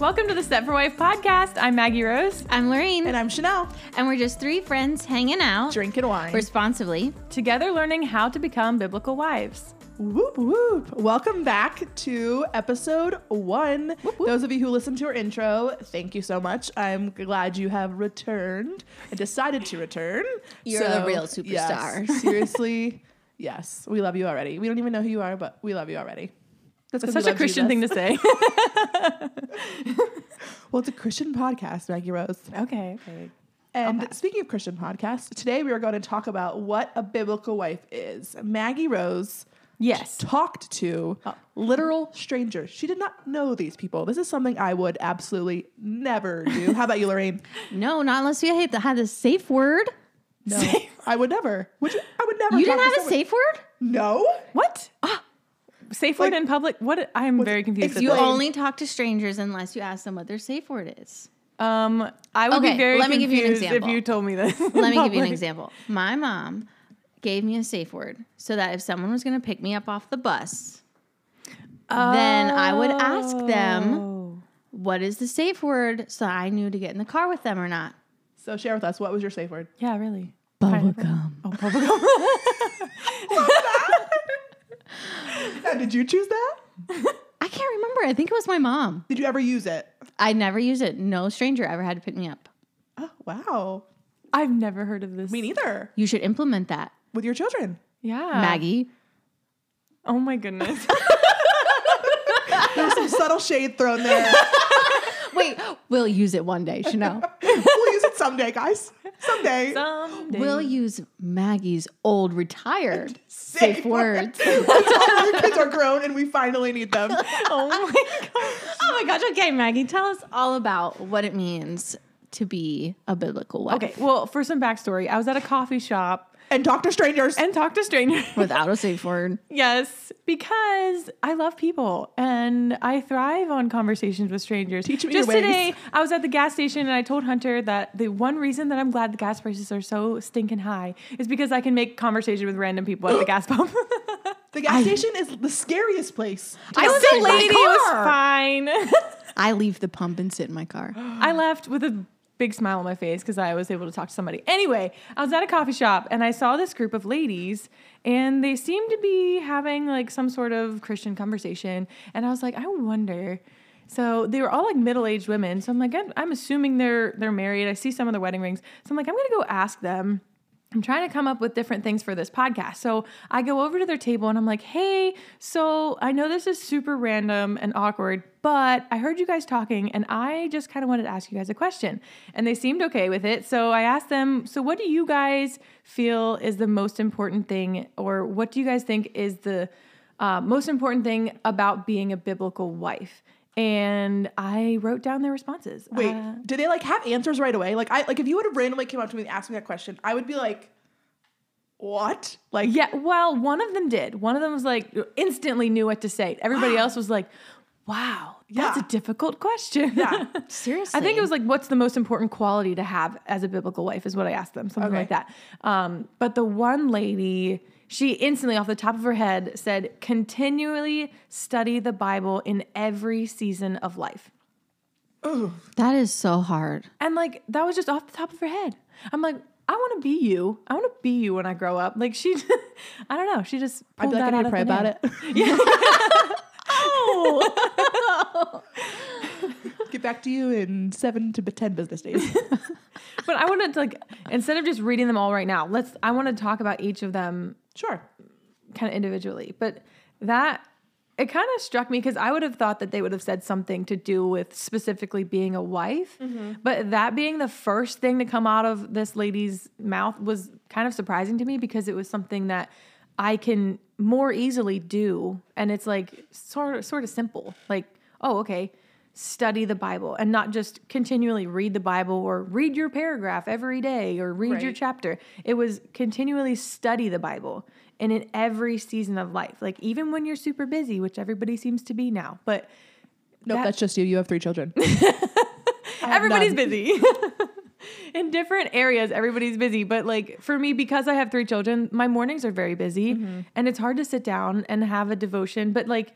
Welcome to the Set for Wife podcast. I'm Maggie Rose. I'm Lorraine, And and, I'm Chanel, we're just three friends hanging out drinking wine. responsibly. Together, learning how to become biblical wives. Whoop whoop. Welcome back to episode one. Those of you who listened to our intro, thank you so much. I'm glad you have returned and decided to return. You're the real superstar. yes, seriously, yes. We love you already. We don't even know who you are, but we love you already. That's 'cause such we a love Christian thing Jesus. to say. Well, it's a Christian podcast, Maggie Rose. okay. okay. And speaking of Christian podcasts, today we are going to talk about what a biblical wife is. Maggie Rose Yes. talked to Oh. literal strangers. She did not know these people. This is something I would absolutely never do. How about you, Lorraine? No, not unless you had the, had the safe word. No, I would never. Would you? I would never. You talk didn't to have a someone- safe word? No. What? Ah! Safe word in public? What? I'm very confused. At You this. Explain. only talk to strangers unless you ask them what their safe word is. Um, I would be Okay, very let me give you an confused if example. you told me this. Let me give you an example. My mom gave me a safe word so that if someone was going to pick me up off the bus, then I would ask Oh. them, Oh. what is the safe word so I knew to get in the car with them or not? So share with us what was your safe word? Yeah, really. Bubblegum. Oh, bubblegum. Now, did you choose that? I can't remember. I think it was my mom. Did you ever use it? I never used it. No stranger ever had to pick me up. Oh wow. I've never heard of this. Me neither. You should implement that, With your children. Yeah. Maggie. Oh my goodness. There's some subtle shade thrown there. Wait, we'll use it one day, Chanel. we'll use it someday, guys. Someday. Someday. we'll use Maggie's old retired Safe safe words. Our kids are grown and we finally need them. oh my god. oh my gosh. Okay, Maggie, tell us all about what it means to be a biblical wife Okay, well, for some backstory, I was at a coffee shop And talk to strangers. and talked to strangers. without a safe word. yes, because I love people and I thrive on conversations with strangers. Teach me your Just ways. today, I was at the gas station and I told Hunter that the one reason that I'm glad the gas prices are so stinking high is because I can make conversation with random people at the gas pump. the gas station is the scariest place. I was sit a in my lady. It was car. fine. I leave the pump and sit in my car. I left with a big smile on my face because I was able to talk to somebody. Anyway, I was at a coffee shop and I saw this group of ladies and they seemed to be having like some sort of Christian conversation. And I was like, I wonder. So they were all like middle-aged women. So I'm like, I'm- I'm assuming they're they're married. I see some of their wedding rings. So I'm like, I'm gonna go ask them. I'm trying to come up with different things for this podcast. So I go over to their table and I'm like, hey, so I know this is super random and awkward, but I heard you guys talking and I just kind of wanted to ask you guys a question. And they seemed okay with it. So I asked them, so what do you guys feel is the most important thing, or what do you guys think is the uh, most important thing about being a biblical wife? And I wrote down their responses. Wait, Uh, do they like have answers right away? Like I like if you would have randomly came up to me and asked me that question, I would be like, "What?" Like, Yeah, well, one of them did. One of them was like instantly knew what to say. Everybody else was like, "Wow, that's Yeah. a difficult question." Yeah. Seriously. I think it was like, "What's the most important quality to have as a biblical wife?" Is what I asked them, something like Okay. that. Um, but the one lady, she instantly, off the top of her head, said, "Continually study the Bible in every season of life." that is so hard. And like that was just off the top of her head. I'm like, I want to be you. I want to be you when I grow up. Like she, I don't know. She just I'd pulled be like, that "I out need to of pray thin about air. it. Get back to you in seven to ten business days." But I wanted to like instead of just reading them all right now, let's I want to talk about each of them sure. kind of individually. But that it kind of struck me because I would have thought that they would have said something to do with specifically being a wife. But that being the first thing to come out of this lady's mouth was kind of surprising to me because it was something that I can more easily do. And it's like sort of sort of simple. Like, oh, okay. Study the Bible and not just continually read the Bible or read your paragraph every day or read your Right. chapter. It was continually study the Bible and in every season of life, like even when you're super busy, which everybody seems to be now, but Nope, That- that's just you. You have three children. I have everybody's none. busy. in different areas, everybody's busy. But like for me, because I have three Mm-hmm. children, my mornings are very busy and it's hard to sit down and have a devotion. But like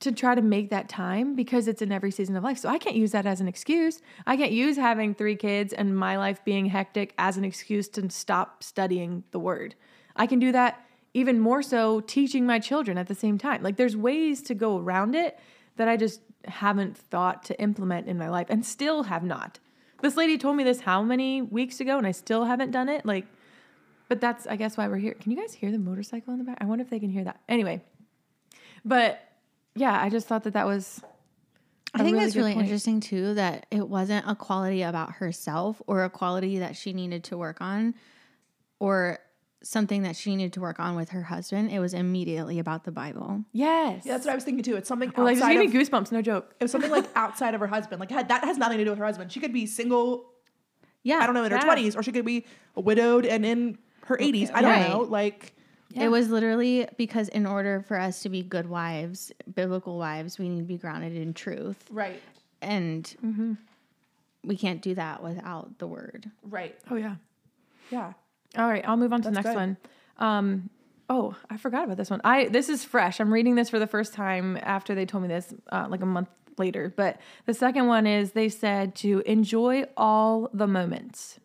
to try to make that time because it's in every season of life. So I can't use that as an excuse. I can't use having three kids and my life being hectic as an excuse to stop studying the word. I can do that even more so teaching my children at the same time. Like there's ways to go around it that I just haven't thought to implement in my life and still have not. This lady told me this how many weeks ago and I still haven't done it. Like but that's I guess why we're here. Can you guys hear the motorcycle in the back? I wonder if they can hear that. Anyway. But yeah, I just thought that that was I a think really that's good really point. interesting too that it wasn't a quality about herself or a quality that she needed to work on or something that she needed to work on with her husband. It was immediately about the Bible. Yes. Yeah, that's what I was thinking too. It's something outside like just of, gave me goosebumps, no joke. it was something like outside of her husband. Like had, that has nothing to do with her husband. She could be single. Yeah. I don't know in her Yeah. twenties, or she could be widowed and in her eighties. I don't Right. know. Like Yeah. It was literally because in order for us to be good wives, biblical wives, we need to be grounded in truth. right, And Mm-hmm. we can't do that without the word. right, Oh yeah. yeah. All right, I'll move on to the next That's one. Um, oh, I forgot about this one. I this is fresh. I'm reading this for the first time after they told me this, uh, like a month later. But the second one is they said to enjoy all the moments,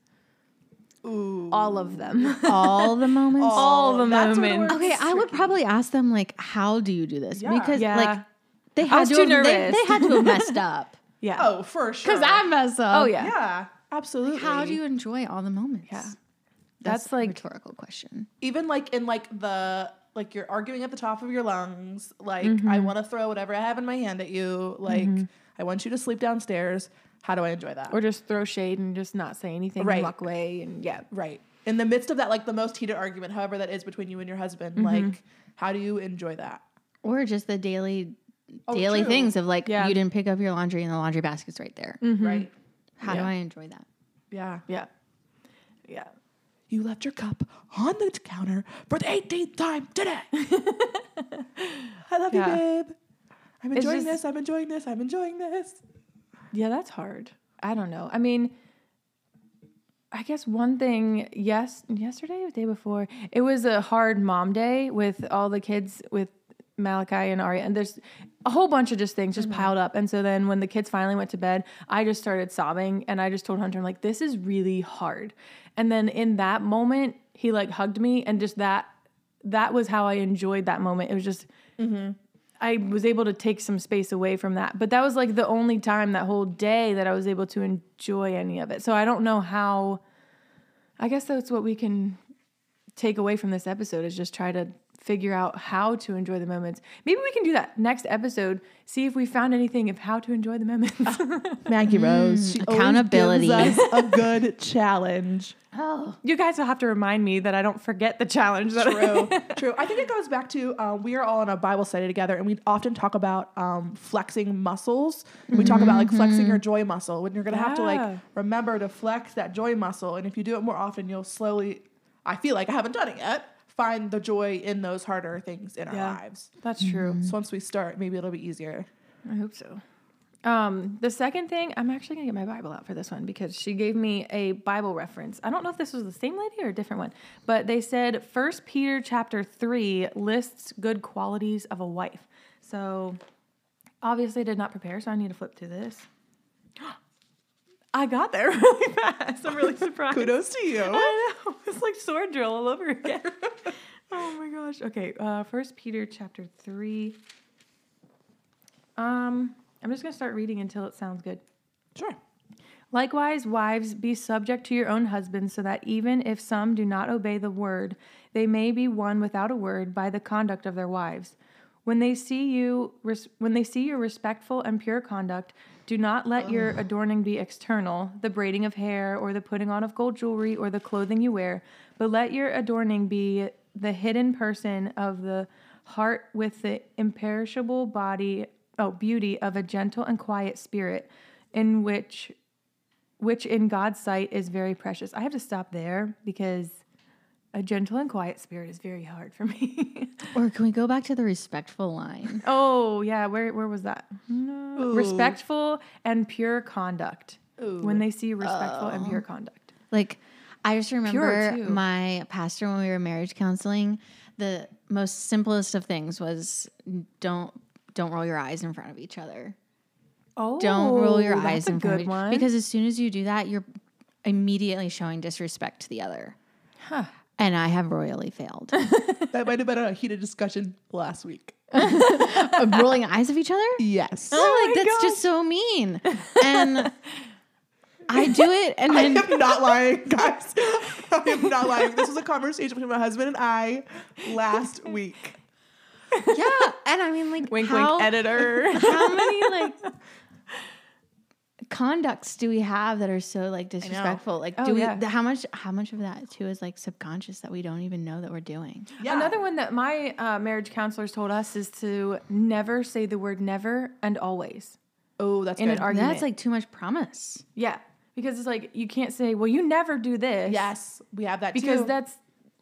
Ooh. all of them, All the moments. all the that's where the moments. word- Okay, I would probably ask them like, "How do you do this?" Yeah. Because Yeah. like they was had to too have, They, nervous. they had to have messed up Yeah. Oh, for sure. because I mess up. Oh, yeah. yeah, absolutely. How do you enjoy all the moments? Yeah. that's, That's, like- like a rhetorical question. even like in like the like you're arguing at the top of your lungs like i Mm-hmm. want to throw whatever i have in my hand at you like i want you to sleep downstairs how do i enjoy that Or just throw shade and just not say anything, and Right. walk away, and yeah. right in the midst of that like the most heated argument however that is between you and your husband Mm-hmm. like how do you enjoy that Or just the daily, Oh, daily true. things of like Yeah. Mm. you didn't pick up your laundry and the laundry basket's right there. right How do I enjoy that? yeah Mm-hmm. Yeah. Yeah. you left your cup on the counter for the 18th time today i love Yeah. you babe i'm It's enjoying just- this i'm enjoying this i'm enjoying this Yeah, that's hard. I don't know. I mean, I guess one thing, yes, yesterday or the day before, it was a hard mom day with all the kids with Malachi and Aria. And there's a whole bunch of just things just piled up. And so then when the kids finally went to bed, I just started sobbing and I just told Hunter, I'm like, this is really hard. And then in that moment, he like hugged me and just that that was how I enjoyed that moment. It was just I was able to take some space away from that. But that was like the only time that whole day that I was able to enjoy any of it. So I don't know how I guess that's what we can take away from this episode is just try to figure out how to enjoy the moments. Maybe we can do that next episode, see if we found anything of how to enjoy the moments. Maggie Mm, Rose. She always accountability. gives us a good challenge. Oh, you guys will have to remind me that I don't forget the challenge that I True, true. I think it goes back to um, we are all in a Bible study together, and we often talk about um, flexing muscles. We talk about like flexing your joy muscle when you're gonna have to Mm-hmm. Yeah. like remember to flex that joy muscle, and if you do it more often, you'll slowly. I feel like I haven't done it yet. Find the joy in those harder things in our Yeah. lives. That's true. So once we start, maybe it'll be easier. I hope so. Um, the second thing, I'm actually gonna get my Bible out for this one because she gave me a Bible reference. I don't know if this was the same lady or a different one, but they said First Peter chapter three lists good qualities of a wife. So obviously, I did not prepare, so I need to flip through this. I got there really fast. I'm really surprised. Kudos to you. I know. It's like sword drill all over again. oh my gosh. Okay, uh first Peter chapter three. Um, I'm just gonna start reading until it sounds good. Sure. Likewise, wives, be subject to your own husbands, so that even if some do not obey the word, they may be won without a word by the conduct of their wives. When they see you, res- when they see your respectful and pure conduct, do not let your adorning be external, the braiding of hair, or the putting on of gold jewelry, or the clothing you wear, but let your adorning be the hidden person of the heart with the imperishable body, oh beauty of a gentle and quiet spirit, in which which in God's sight is very precious. I have to stop there because a gentle and quiet spirit is very hard for me. or can we go back to the respectful line? oh, yeah, where where was that? No. Respectful and pure conduct. When they see respectful and pure conduct. Like, I just remember too. my pastor when we were marriage counseling, the most simplest of things was don't don't roll your eyes in front of each other. Oh, Don't roll your that's eyes a in front good of each one. because as soon as you do that, you're immediately showing disrespect to the other. And I have royally failed. That might have been a heated discussion last week. of rolling eyes of each other? Yes. I'm Oh my like, that's just so mean. And I do it and I then am not lying, guys. I am not lying. This was a conversation between my husband and I last week. yeah. And I mean like wink, how, wink, editor. how many like conducts do we have that are so like disrespectful? Like do Oh, we yeah. th- how much how much of that too is like subconscious that we don't even know that we're doing? Yeah. Another one that my uh, marriage counselors told us is to never say the word never and always Oh, that's in good. an argument. That's like too much promise. yeah, because it's like you can't say, well, you never do this. yes, we have that because too. that's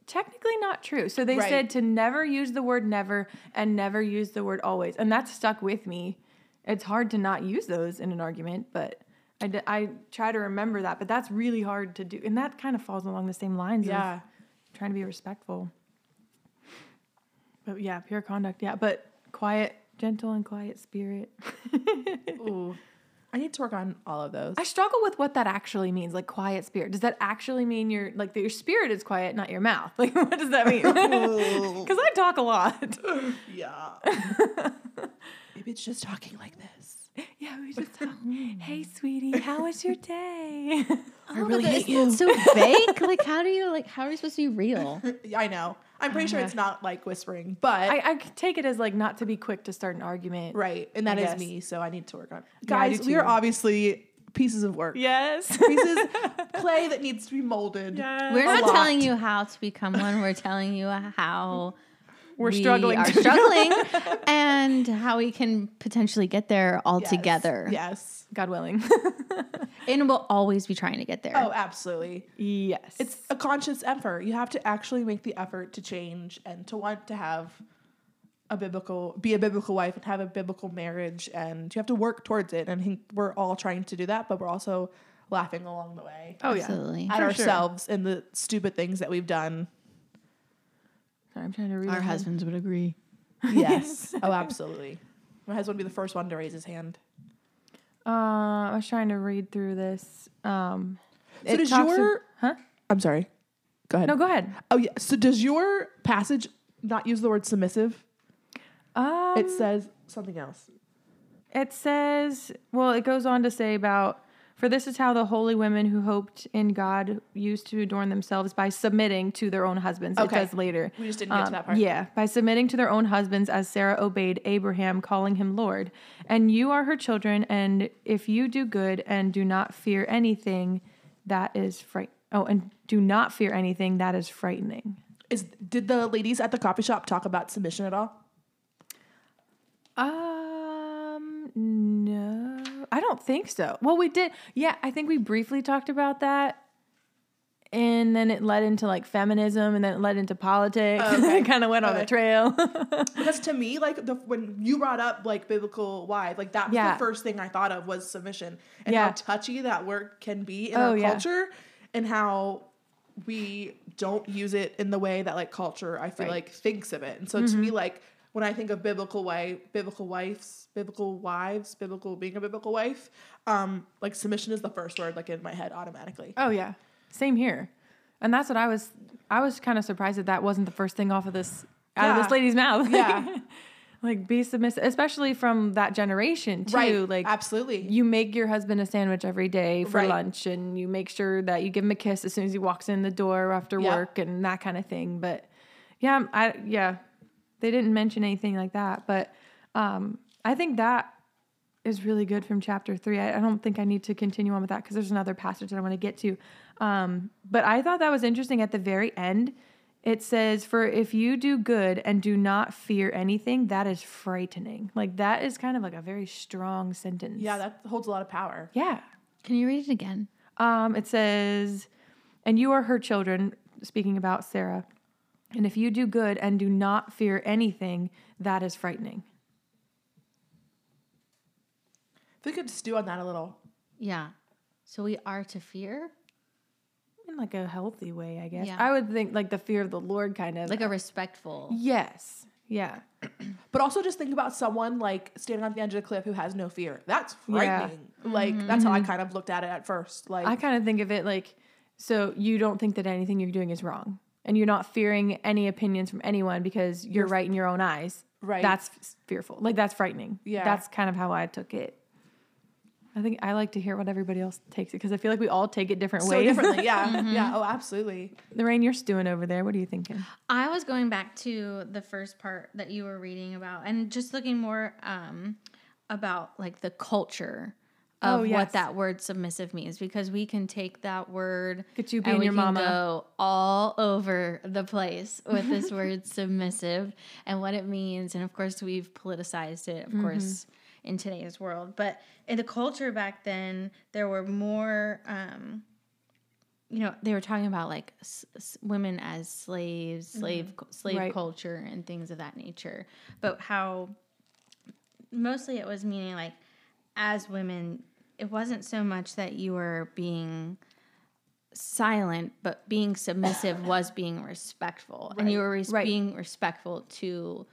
technically not true. So they Right. said to never use the word never and never use the word always, and that's stuck with me. It's hard to not use those in an argument, but. I, d- I try to remember that, but that's really hard to do. And that kind of falls along the same lines of yeah. trying to be respectful. But yeah, pure conduct. Yeah, but quiet, gentle, and quiet spirit. Ooh. I need to work on all of those. I struggle with what that actually means. Like quiet spirit. Does that actually mean your like that your spirit is quiet, not your mouth? Like what does that mean? Ooh. Because I talk a lot. yeah. Maybe it's just talking like this. yeah, we just talk. hey, sweetie, how was your day? I really hate you. It's so vague. like how do you like how are you supposed to be real? I know. I'm pretty sure it's not like whispering, but I, I take it as like not to be quick to start an argument. right. And that I is guess. me, so I need to work on. Yeah, I do Guys, we are too. obviously pieces of work. Yes. Pieces clay that needs to be molded. We're A not lot. telling you how to become one. We're telling you how We're we struggling are to- struggling, and how we can potentially get there all Yes. together. Yes. God willing. And we'll always be trying to get there. Oh, absolutely. yes. It's a conscious effort. You have to actually make the effort to change and to want to have a biblical be a biblical wife and have a biblical marriage and you have to work towards it. And I think we're all trying to do that, but we're also laughing along the way oh yeah. Absolutely. at for sure. ourselves and the stupid things that we've done. Sorry, I'm trying to read Our ahead. husbands would agree. Yes. oh, absolutely. My husband would be the first one to raise his hand. Uh, I was trying to read through this. Um, So it does talks your ab- huh? I'm sorry. Go ahead. No, go ahead. Oh yeah. So does your passage not use the word submissive? Um, it says something else. it says, well, it goes on to say about, for this is how the holy women who hoped in God used to adorn themselves by submitting to their own husbands. Okay. It does later. We just didn't get to Um, that part. Yeah, by submitting to their own husbands as Sarah obeyed Abraham, calling him Lord. And you are her children, and if you do good and do not fear anything, that is fright. Oh, and do not fear anything that is frightening. Is did the ladies at the coffee shop talk about submission at all? Um, no, I don't think so. Well, we did. Yeah, I think we briefly talked about that. And then it led into like feminism and then it led into politics. Oh, Okay. it kind of went on a Okay. trail. Because to me, like the when you brought up like biblical wives, like that was Yeah. the first thing I thought of was submission and Yeah. how touchy that word can be in Oh, our yeah. culture and how we don't use it in the way that like culture I feel Right. like thinks of it. And so to me, like when I think of biblical wife, biblical wives, biblical wives, biblical being a biblical wife, um, like submission is the first word like in my head automatically. oh, yeah. Same here. And that's what I was, I was kind of surprised that that wasn't the first thing off of this, out of Yeah. this lady's mouth. Yeah. like be submissive, especially from that generation too. right. Like, absolutely. you make your husband a sandwich every day for Right. lunch and you make sure that you give him a kiss as soon as he walks in the door after Yep. work and that kind of thing but yeah i yeah they didn't mention anything like that but um i think that is really good from chapter three i, I don't think i need to continue on with that because there's another passage that i want to get to um but i thought that was interesting at the very end it says for if you do good and do not fear anything that is frightening like that is kind of like a very strong sentence yeah, that holds a lot of power. yeah. Can you read it again? Um, it says, and you are her children, speaking about Sarah. And if you do good and do not fear anything, that is frightening. If we could stew on that a little. Yeah. So we are to fear, In like a healthy way, I guess. Yeah. I would think like the fear of the Lord kind of. like a respectful. yes. Yeah. But also just think about someone like standing on the edge of the cliff who has no fear. That's frightening. Like that's how I kind of looked at it at first. Like Mm-hmm. I kind of think of it like so you don't think that anything you're doing is wrong and you're not fearing any opinions from anyone because you're, right in your own eyes. Right. That's f- fearful. Like that's frightening. Yeah. That's kind of how I took it. I think I like to hear what everybody else takes it because I feel like we all take it different so ways. differently. Yeah. Mm-hmm. Yeah. Oh, absolutely. Lorraine, you're stewing over there. What are you thinking? I was going back to the first part that you were reading about and just looking more um, about like the culture of Oh, what yes. that word submissive means because we can take that word Could you be and in we your can mama? go all over the place with this word submissive and what it means and of course we've politicized it of Mm-hmm. course in today's world but in the culture back then there were more um, you know they were talking about like s- s- women as slaves slave cu- slave Right. culture and things of that nature but how mostly it was meaning like as women it wasn't so much that you were being silent but being submissive was being respectful and you were res- Right. being respectful to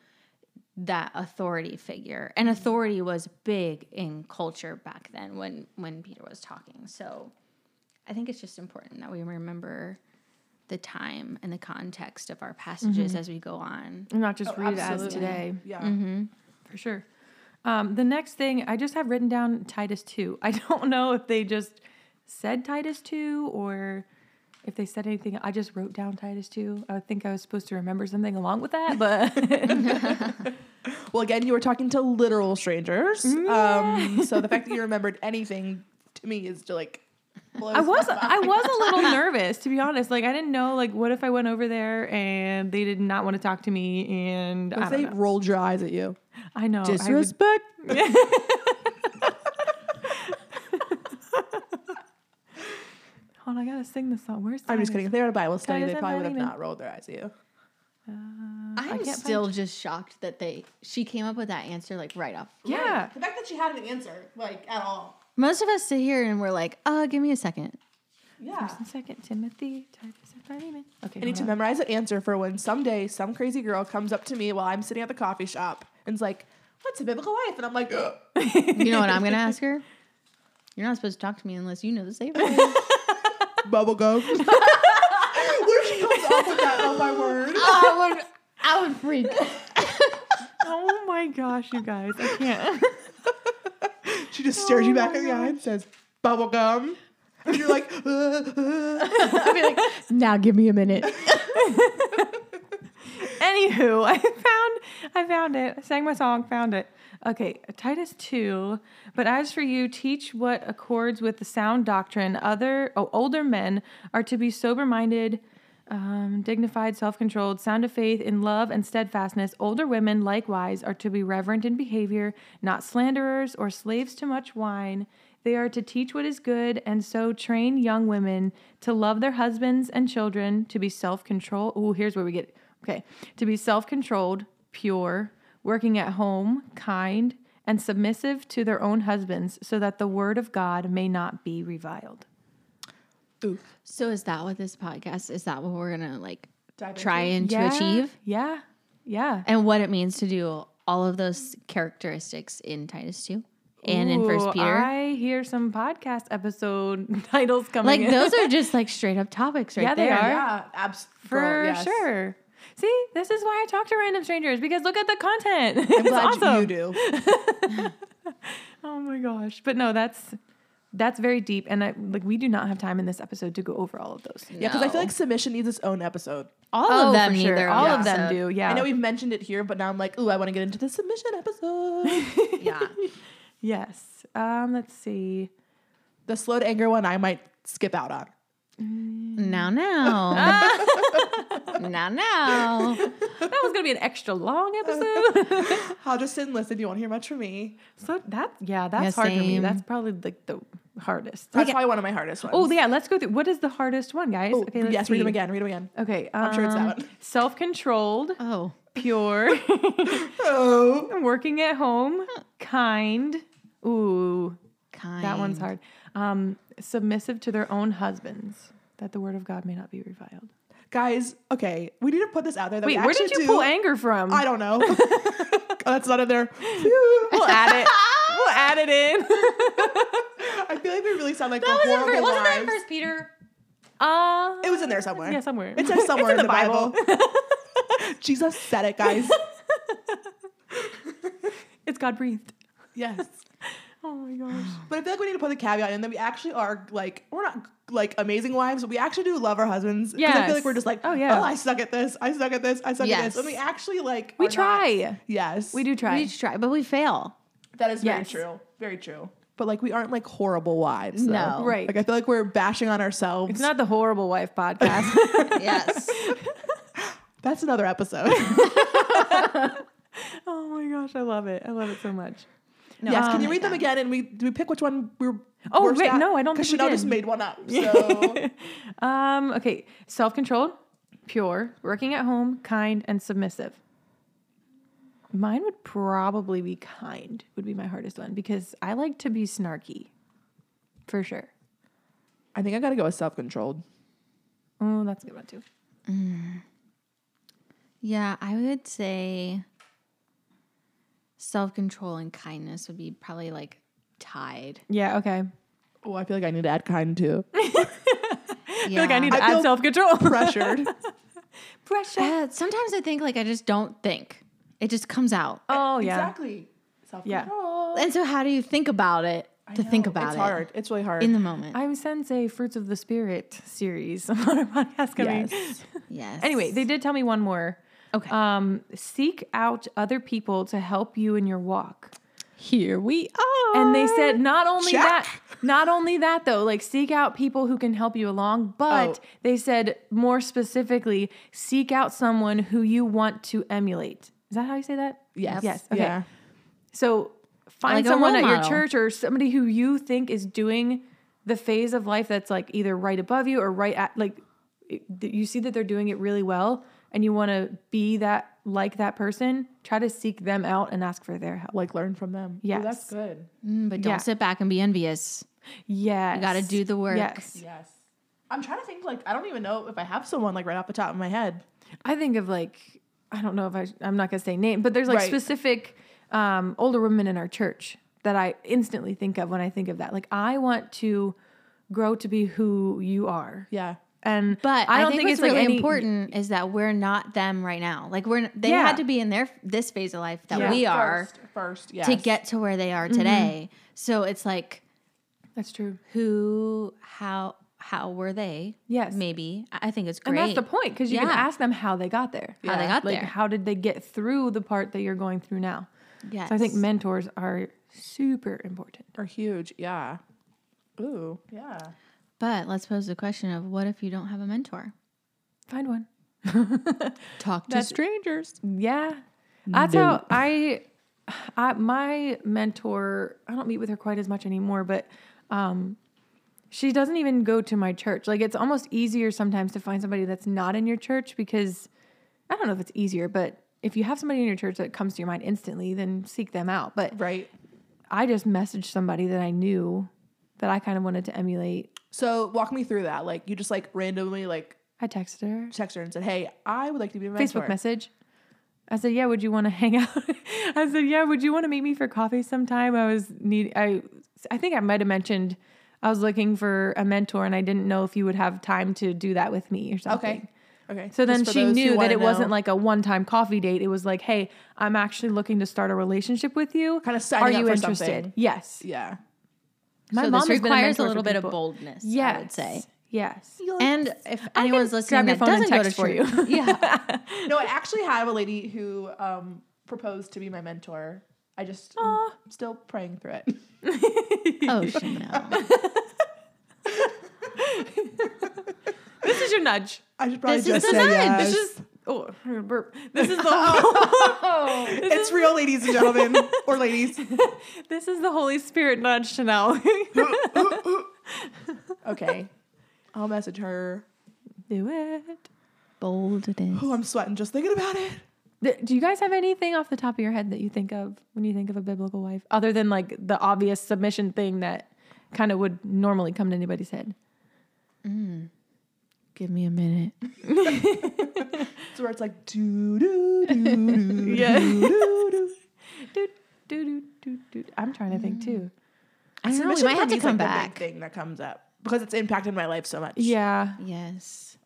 that authority figure and authority was big in culture back then when when peter was talking so I think it's just important that we remember the time and the context of our passages as we go on. And not just Oh, read it as absolutely. today. Mm-hmm. Yeah. For sure. Um, the next thing I just have written down Titus 2. I don't know if they just said Titus 2 or if they said anything. I just wrote down Titus 2. I think I was supposed to remember something along with that, but Well, again, you were talking to literal strangers. Um, so the fact that you remembered anything to me is to like. blows I was my mind. I was a little nervous to be honest. Like I didn't know like what if I went over there and they did not want to talk to me and What I if they don't know. rolled your eyes at you? I know. I would- Disrespect. hold on, I gotta sing this song. Where's I'm Titus? just kidding. If they were at a Bible study, Titus they and probably would have Philemon. not rolled their eyes at you. I I'm can't find- still just shocked that they she came up with that answer like right off. Yeah. The fact that she had an answer, like at all. Most of us sit here and we're like, "Uh, give me a second. Yeah. First and second Timothy, Titus and Philemon. Okay. I need hold to on. memorize an answer for when someday some crazy girl comes up to me while I'm sitting at the coffee shop and is like, What's a biblical wife? And I'm like, "Ugh." You know what I'm going to ask her? You're not supposed to talk to me unless you know the safe word. Bubble gum. what if she comes up with that? Oh my word. I would I would freak. Oh my gosh, you guys. I can't. She just stares you back in the eye and says, Bubble gum. And you're like, "Uh, uh." I'd be like, "Now give me a minute." Anywho, I found I found it. I sang my song, found it. Okay, Titus 2. But as for you, teach what accords with the sound doctrine. Other oh, older men are to be sober-minded, um, dignified, self-controlled, sound of faith in love and steadfastness. Older women likewise are to be reverent in behavior, not slanderers or slaves to much wine. They are to teach what is good and so train young women to love their husbands and children, to be self controlled. Ooh, here's where we get okay. To be self controlled, pure, working at home, kind, and submissive to their own husbands, so that the word of God may not be reviled. Oof. So is that what this podcast is that what we're going to like Dive into? try and to achieve? Yeah. Yeah. and what it means to do all of those characteristics in Titus 2 and in Ooh, First Peter. I hear some podcast episode titles coming like in. those are just like straight up topics right Yeah, they there. are. Yeah, abs- For girl, yes. sure. See, this is why I talk to random strangers because look at the content. I'm it's glad awesome. you do. Oh my gosh. But no, that's that's very deep and I like we do not have time in this episode to go over all of those. Yeah, because I feel No. like submission needs its own episode. All Oh, of them for need sure. their own All of them do. episode. Yeah. I know we've mentioned it here, but now I'm like, ooh, I want to get into the submission episode. Yeah. yes. Um let's see. the slow to anger one I might skip out on. now now. now now. That was going to be an extra long episode. I'll just sit and listen. You won't hear much from me. so that yeah, that's Yeah, hard for me. same. That's probably like the hardest. That's probably one of my hardest ones. Oh, yeah, let's go through. What is the hardest one, guys? Ooh, Oh, okay, let's yes, read them see. again. Read them again. Okay. I'm sure it's that um, one. Self-controlled, Oh. pure. Oh, Working at home, kind. Ooh, Kind. that one's hard. Um, submissive to their own husbands, that the word of God may not be reviled. guys. Okay, we need to put this out there. That Wait, we where did actually you do- pull anger from? I don't know. Oh, that's not in there. We'll add it. We'll add it in. I feel like they really sound like That the was in horrible first, wasn't that in wives. First Peter? Uh, It was in there somewhere. yeah, somewhere. It says somewhere It's in, the, Bible. Jesus said it, guys. it's God breathed. yes. Oh my gosh. But I feel like we need to put the caveat in that we actually are like we're not like amazing wives, but we actually do love our husbands. 'Cause I feel like Yes. we're just like, Oh, yeah. oh, I suck at this, I suck at this, I suck at Yes. this, and we actually like We are not- try. yes, We do try. We each try, but we fail. That is Yes. very true. Very true. But like we aren't like horrible wives. though. No. Right. Like I feel like we're bashing on ourselves. it's not the horrible wife podcast. Yes. That's another episode. oh my gosh, I love it. I love it so much. No. yes. Can Um, you read them again? And we do we pick which one we were. Oh, worst wait, at? no, I don't 'Cause think we Chanel did. just made one up. So um, okay, self-controlled, pure, working at home, kind, and submissive. Mine would probably be kind. Would be my hardest one because I like to be snarky, for sure. I think I gotta go with self controlled. Oh, that's a good one too. yeah, I would say self control and kindness would be probably like tied. Yeah. Okay. Oh, I feel like I need to add kind too. Yeah. I feel like I need to I add feel self-control. Pressured. Pressure. Uh, sometimes I think like I just don't think. It just comes out. Oh yeah. Exactly. Self control. And so how do you think about it to think about it's it hard. It's really hard. in the moment? I'm Sensei Fruits of the Spirit series on our podcast coming. yes. yes. Anyway, they did tell me one more. okay. Um, seek out other people to help you in your walk. Here we are. And they said not only Check. that, not only that though, like seek out people who can help you along, but Oh. they said more specifically, seek out someone who you want to emulate. Is that how you say that? Yes. Yes. Okay. Yeah. So find Like a someone at role your model. church or somebody who you think is doing the phase of life that's like either right above you or right at like it- that you see that they're doing it really well and you want to be that like that person, try to seek them out and ask for their help. Like learn from them. Yeah, Yes. that's good. Mm, but don't yeah. sit back and be envious. Yes. You got to do the work. Yes. Yes. I'm trying to think like I don't even know if I have someone like right off the top of my head. I think of like I don't know if I I'm not gonna say name, but there's like Right. specific um, older women in our church that I instantly think of when I think of that. Like I want to grow to be who you are. Yeah. And But I, don't think, think what's it's like really any- important is that we're not them right now. Like we're n- they Yeah. had to be in their this phase of life that Yeah. we are first, first yes. to get to where they are today. So it's like That's true. who, how, how were they? Yes. maybe I I think it's And great. that's the point because you can Yeah. ask them how they got there. How they Yeah. got Like there? how did they get through the part that you're going through now? yes. So I think mentors are super important. are huge. Yeah. Ooh. Yeah. But let's pose the question of what if you don't have a mentor? Find one. Talk to strangers. Yeah. That's how I, I my mentor, I don't meet with her quite as much anymore, but um she doesn't even go to my church. Like it's almost easier sometimes to find somebody that's not in your church because I don't know if it's easier, but if you have somebody in your church that comes to your mind instantly, then seek them out. But Right. I just messaged somebody that I knew that I kind of wanted to emulate. So walk me through that. Like you just like randomly like I texted her, text her and said, Hey, I would like to be a mentor. Facebook message. I said, "Yeah, would you want to hang out?" I said, "Yeah, would you want to meet me for coffee sometime?" I was need I I think I might have mentioned I was looking for a mentor and I didn't know if you would have time to do that with me or something. Okay. Okay. So Just then for she those who knew that wanna it wasn't know. like a one-time coffee date. It was like, "Hey, I'm actually looking to start a relationship with you. Kinda signing Are up you for interested?" something. Yes. Yeah. My so mom this has been requires a, mentor for little bit people. of boldness. Yes. I would say. Yes. And if anyone's listening grab your that phone and doesn't go to text for church- yeah, No, I actually have a lady who um proposed to be my mentor. I just am Aw. still praying through it. oh Chanel, This is your nudge. I should probably This is just the say nudge. yes. This is oh, I'm gonna burp. This is the whole, Oh. it's real, ladies and gentlemen, or ladies. this is the Holy Spirit nudge to know. Okay, I'll message her. Do it. bold it is. Oh, I'm sweating just thinking about it. Th- Do you guys have anything off the top of your head that you think of when you think of a biblical wife, other than like the obvious submission thing that kind of would normally come to anybody's head? Mm. Give me a minute. So where it's like do do do do Yeah. do do. Doot, doot, doot, doot, doot. I'm trying to think too. I don't know. We Submission might for have me to is, like, come the big back. thing that comes up because it's impacted my life so much. Yeah. Yes.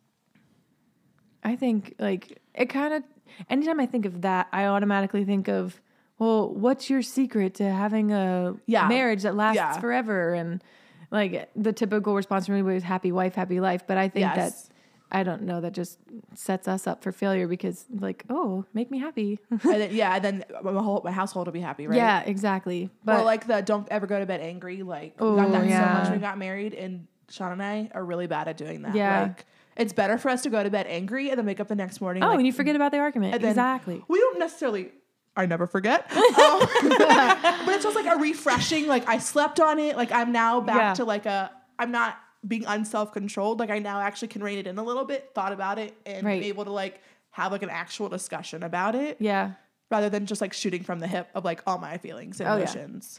I think like it kind of anytime I think of that, I automatically think of well, what's your secret to having a Yeah. marriage that lasts Yeah. forever and like the typical response from anybody is happy wife, happy life, but I think Yes. that I don't know that just sets us up for failure because like, oh, make me happy. and then, yeah, and then my, whole, my household will be happy, right? Yeah, exactly. But or like the don't ever go to bed angry. Like we got Ooh, that so yeah. much when we got married, and Sean and I are really bad at doing that. Yeah. Like it's better for us to go to bed angry and then wake up the next morning. oh, like, and you forget about the argument. then exactly. We don't necessarily. I never forget. Um, but it's just like a refreshing. Like I slept on it. Like I'm now back Yeah. to like a. I'm not being unself controlled. Like I now actually can rein it in a little bit. Thought about it and Right. be able to like have like an actual discussion about it Yeah. rather than just like shooting from the hip of like all my feelings and Oh, yeah. emotions.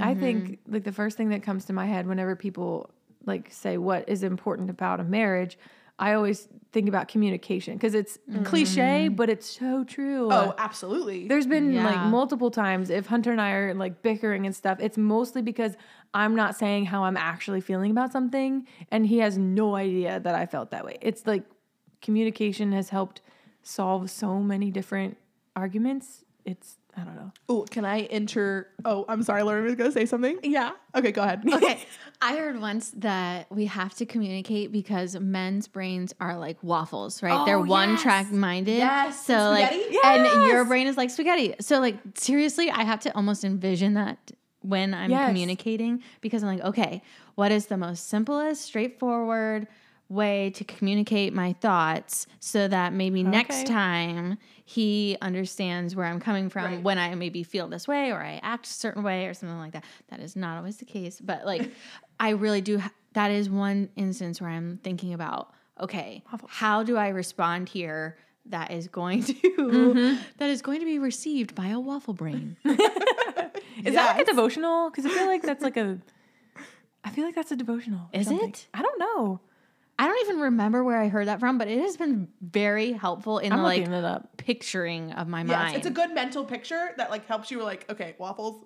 Mm-hmm. I think like the first thing that comes to my head whenever people like say what is important about a marriage, I always think about communication because it's cliche, but it's so true. Mm-hmm. Oh, absolutely. There's been like Yeah. multiple times if Hunter and I are like bickering and stuff, it's mostly because I'm not saying how I'm actually feeling about something and he has no idea that I felt that way. It's like communication has helped solve so many different arguments. It's I don't know. Oh, can I enter? Oh, I'm sorry, Lauren was gonna say something. Yeah. Okay, go ahead. Okay. I heard once that we have to communicate because men's brains are like waffles, right? They're Oh, one yes. track minded. Yes. So like Spaghetti? and your Yes. brain is like spaghetti. So like seriously, I have to almost envision that when I'm Yes. communicating because I'm like, okay, what is the most simplest, straightforward way to communicate my thoughts so that maybe Okay. next time he understands where I'm coming from Right. when I maybe feel this way or I act a certain way or something like that. That is not always the case, but like I really do. Ha- that is one instance where I'm thinking about okay, how do I respond here that is going to that is going to be received by a waffle brain. Is that like a devotional? Because I feel like that's like a. I feel like that's a devotional. or Is something. it? I don't know. I don't even remember where I heard that from, but it has been very helpful in I'm the like looking it up. picturing of my Yes, mind. it's a good mental picture that like helps you. Like, okay, waffles.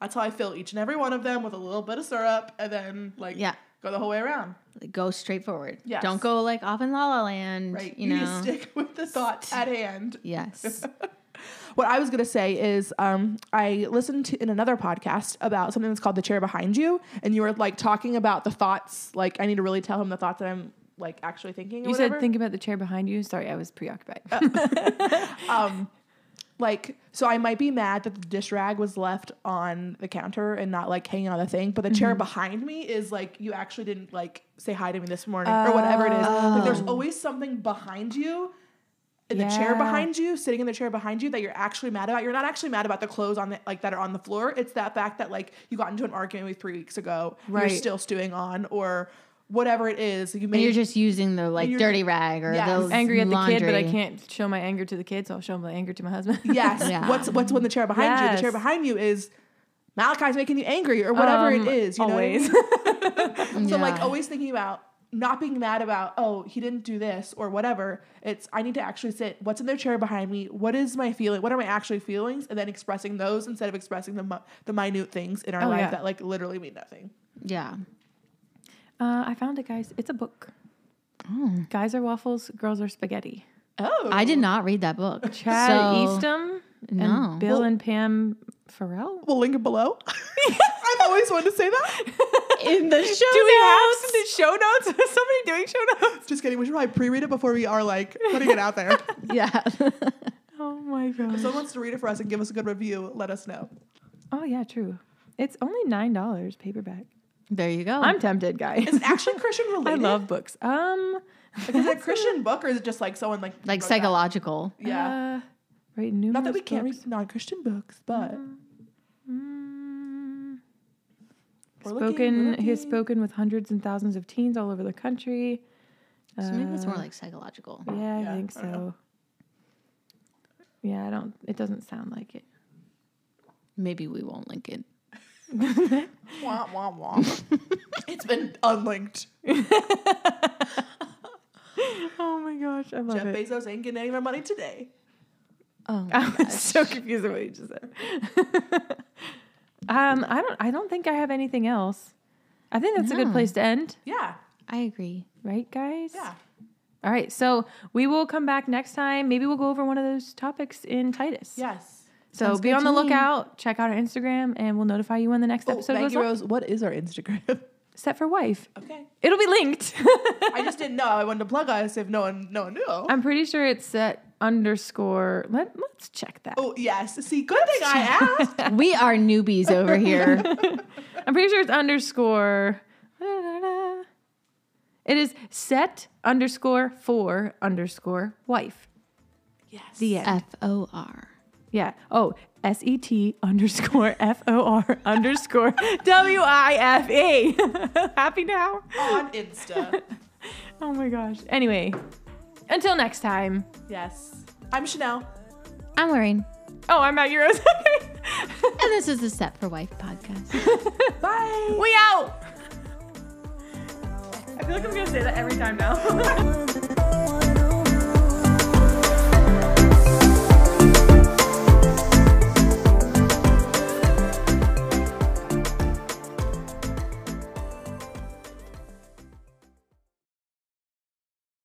That's how I fill each and every one of them with a little bit of syrup, and then like Yeah. go the whole way around. go straight forward. Yes. Don't go like off in La La Land. Right. You You, need to know. stick with the thought at hand. yes. What I was gonna say is, um, I listened to in another podcast about something that's called the chair behind you, and you were like talking about the thoughts. Like, I need to really tell him the thoughts that I'm like actually thinking. Or You whatever. said think about the chair behind you. Sorry, I was preoccupied. Uh, um like so i might be mad that the dish rag was left on the counter and not like hanging on the thing but the chair behind me is like you actually didn't like say hi to me this morning or whatever it is like there's always something behind you in the chair Yeah. behind you sitting in the chair behind you that you're actually mad about you're not actually mad about the clothes on the like that are on the floor it's that fact that like you got into an argument with three weeks ago and Right. you're still stewing on or whatever it is you And made you're just using the like you're- dirty rag or Yes. the Angry at the kid, but I laundry. can't show my anger to the kid, so I'll show my anger to my husband. Yes. Yeah. What's what's when the chair behind you? The chair Yes. behind you is Malachi's making you angry or whatever Um, it is. You always. Know what I mean? so like Yeah. always thinking about not being mad about oh he didn't do this or whatever. It's I need to actually sit. What's in the chair behind me? What is my feeling? What are my actually feelings? And then expressing those instead of expressing the mi- the minute things in our Oh, life yeah. that like literally mean nothing. Yeah. uh, I found it, guys. It's a book. Mm. Guys are waffles, girls are spaghetti. Oh, I did not read that book. Chad So- Eastham No. and Bill Well- and Pam Farrell. We'll link it below. I've always wanted to say that. in the show. Do we have some show notes? Is somebody doing show notes? Just kidding. We should probably pre-read it before we are like putting it out there. Yeah. Oh my If gosh. someone wants to read it for us and give us a good review, let us know. Oh yeah, true. It's only nine dollars paperback. there you go. I'm tempted, guys. Is it actually Christian I related? love books. Um, Like, is it a Christian book or is it just like someone like like wrote that? psychological. Uh, Yeah. right. Numerous Not that we can't Mm-hmm. books. read non-Christian books, but Mm, we're looking, spoken. we're He has looking. spoken with hundreds and thousands of teens all over the country. So maybe it's more Uh, like psychological. Yeah, I Yeah, think I so. don't know. Yeah, I don't. It doesn't sound like it. Maybe we won't link it. Wah, wah, wah. it's been unlinked. Oh my gosh, I love Oh Jeff Bezos ain't getting any of our money today. Oh, I was so confused with what you just said. um, I don't. I don't think I have anything else. I think that's a good No. place to end, Yeah. I agree. right, guys? Yeah. All right. So we will come back next time. Maybe we'll go over one of those topics in Titus. Yes. So Sounds be good on the to me. lookout. Check out our Instagram, and we'll notify you when the next Oh, episode goes Maggie live. Rose, what is our Instagram? Set for wife. okay. It'll be linked. I just didn't know. I wanted to plug us if no one no one knew. I'm pretty sure it's set underscore. Let Let's check that. oh yes. See, good thing I asked. we are newbies over here. I'm pretty sure it's underscore. It is set underscore for underscore wife. Yes. The end. F O R. Yeah. Oh, S E T underscore F O R underscore W I F E. Happy now? On Insta. Oh my gosh. Anyway, until next time. yes. I'm Chanel. I'm Lorraine, Oh, I'm Maggie Rose. okay. and this is the Set for Wife podcast. Bye. Oh. we out. I feel like I'm going to say that every time now.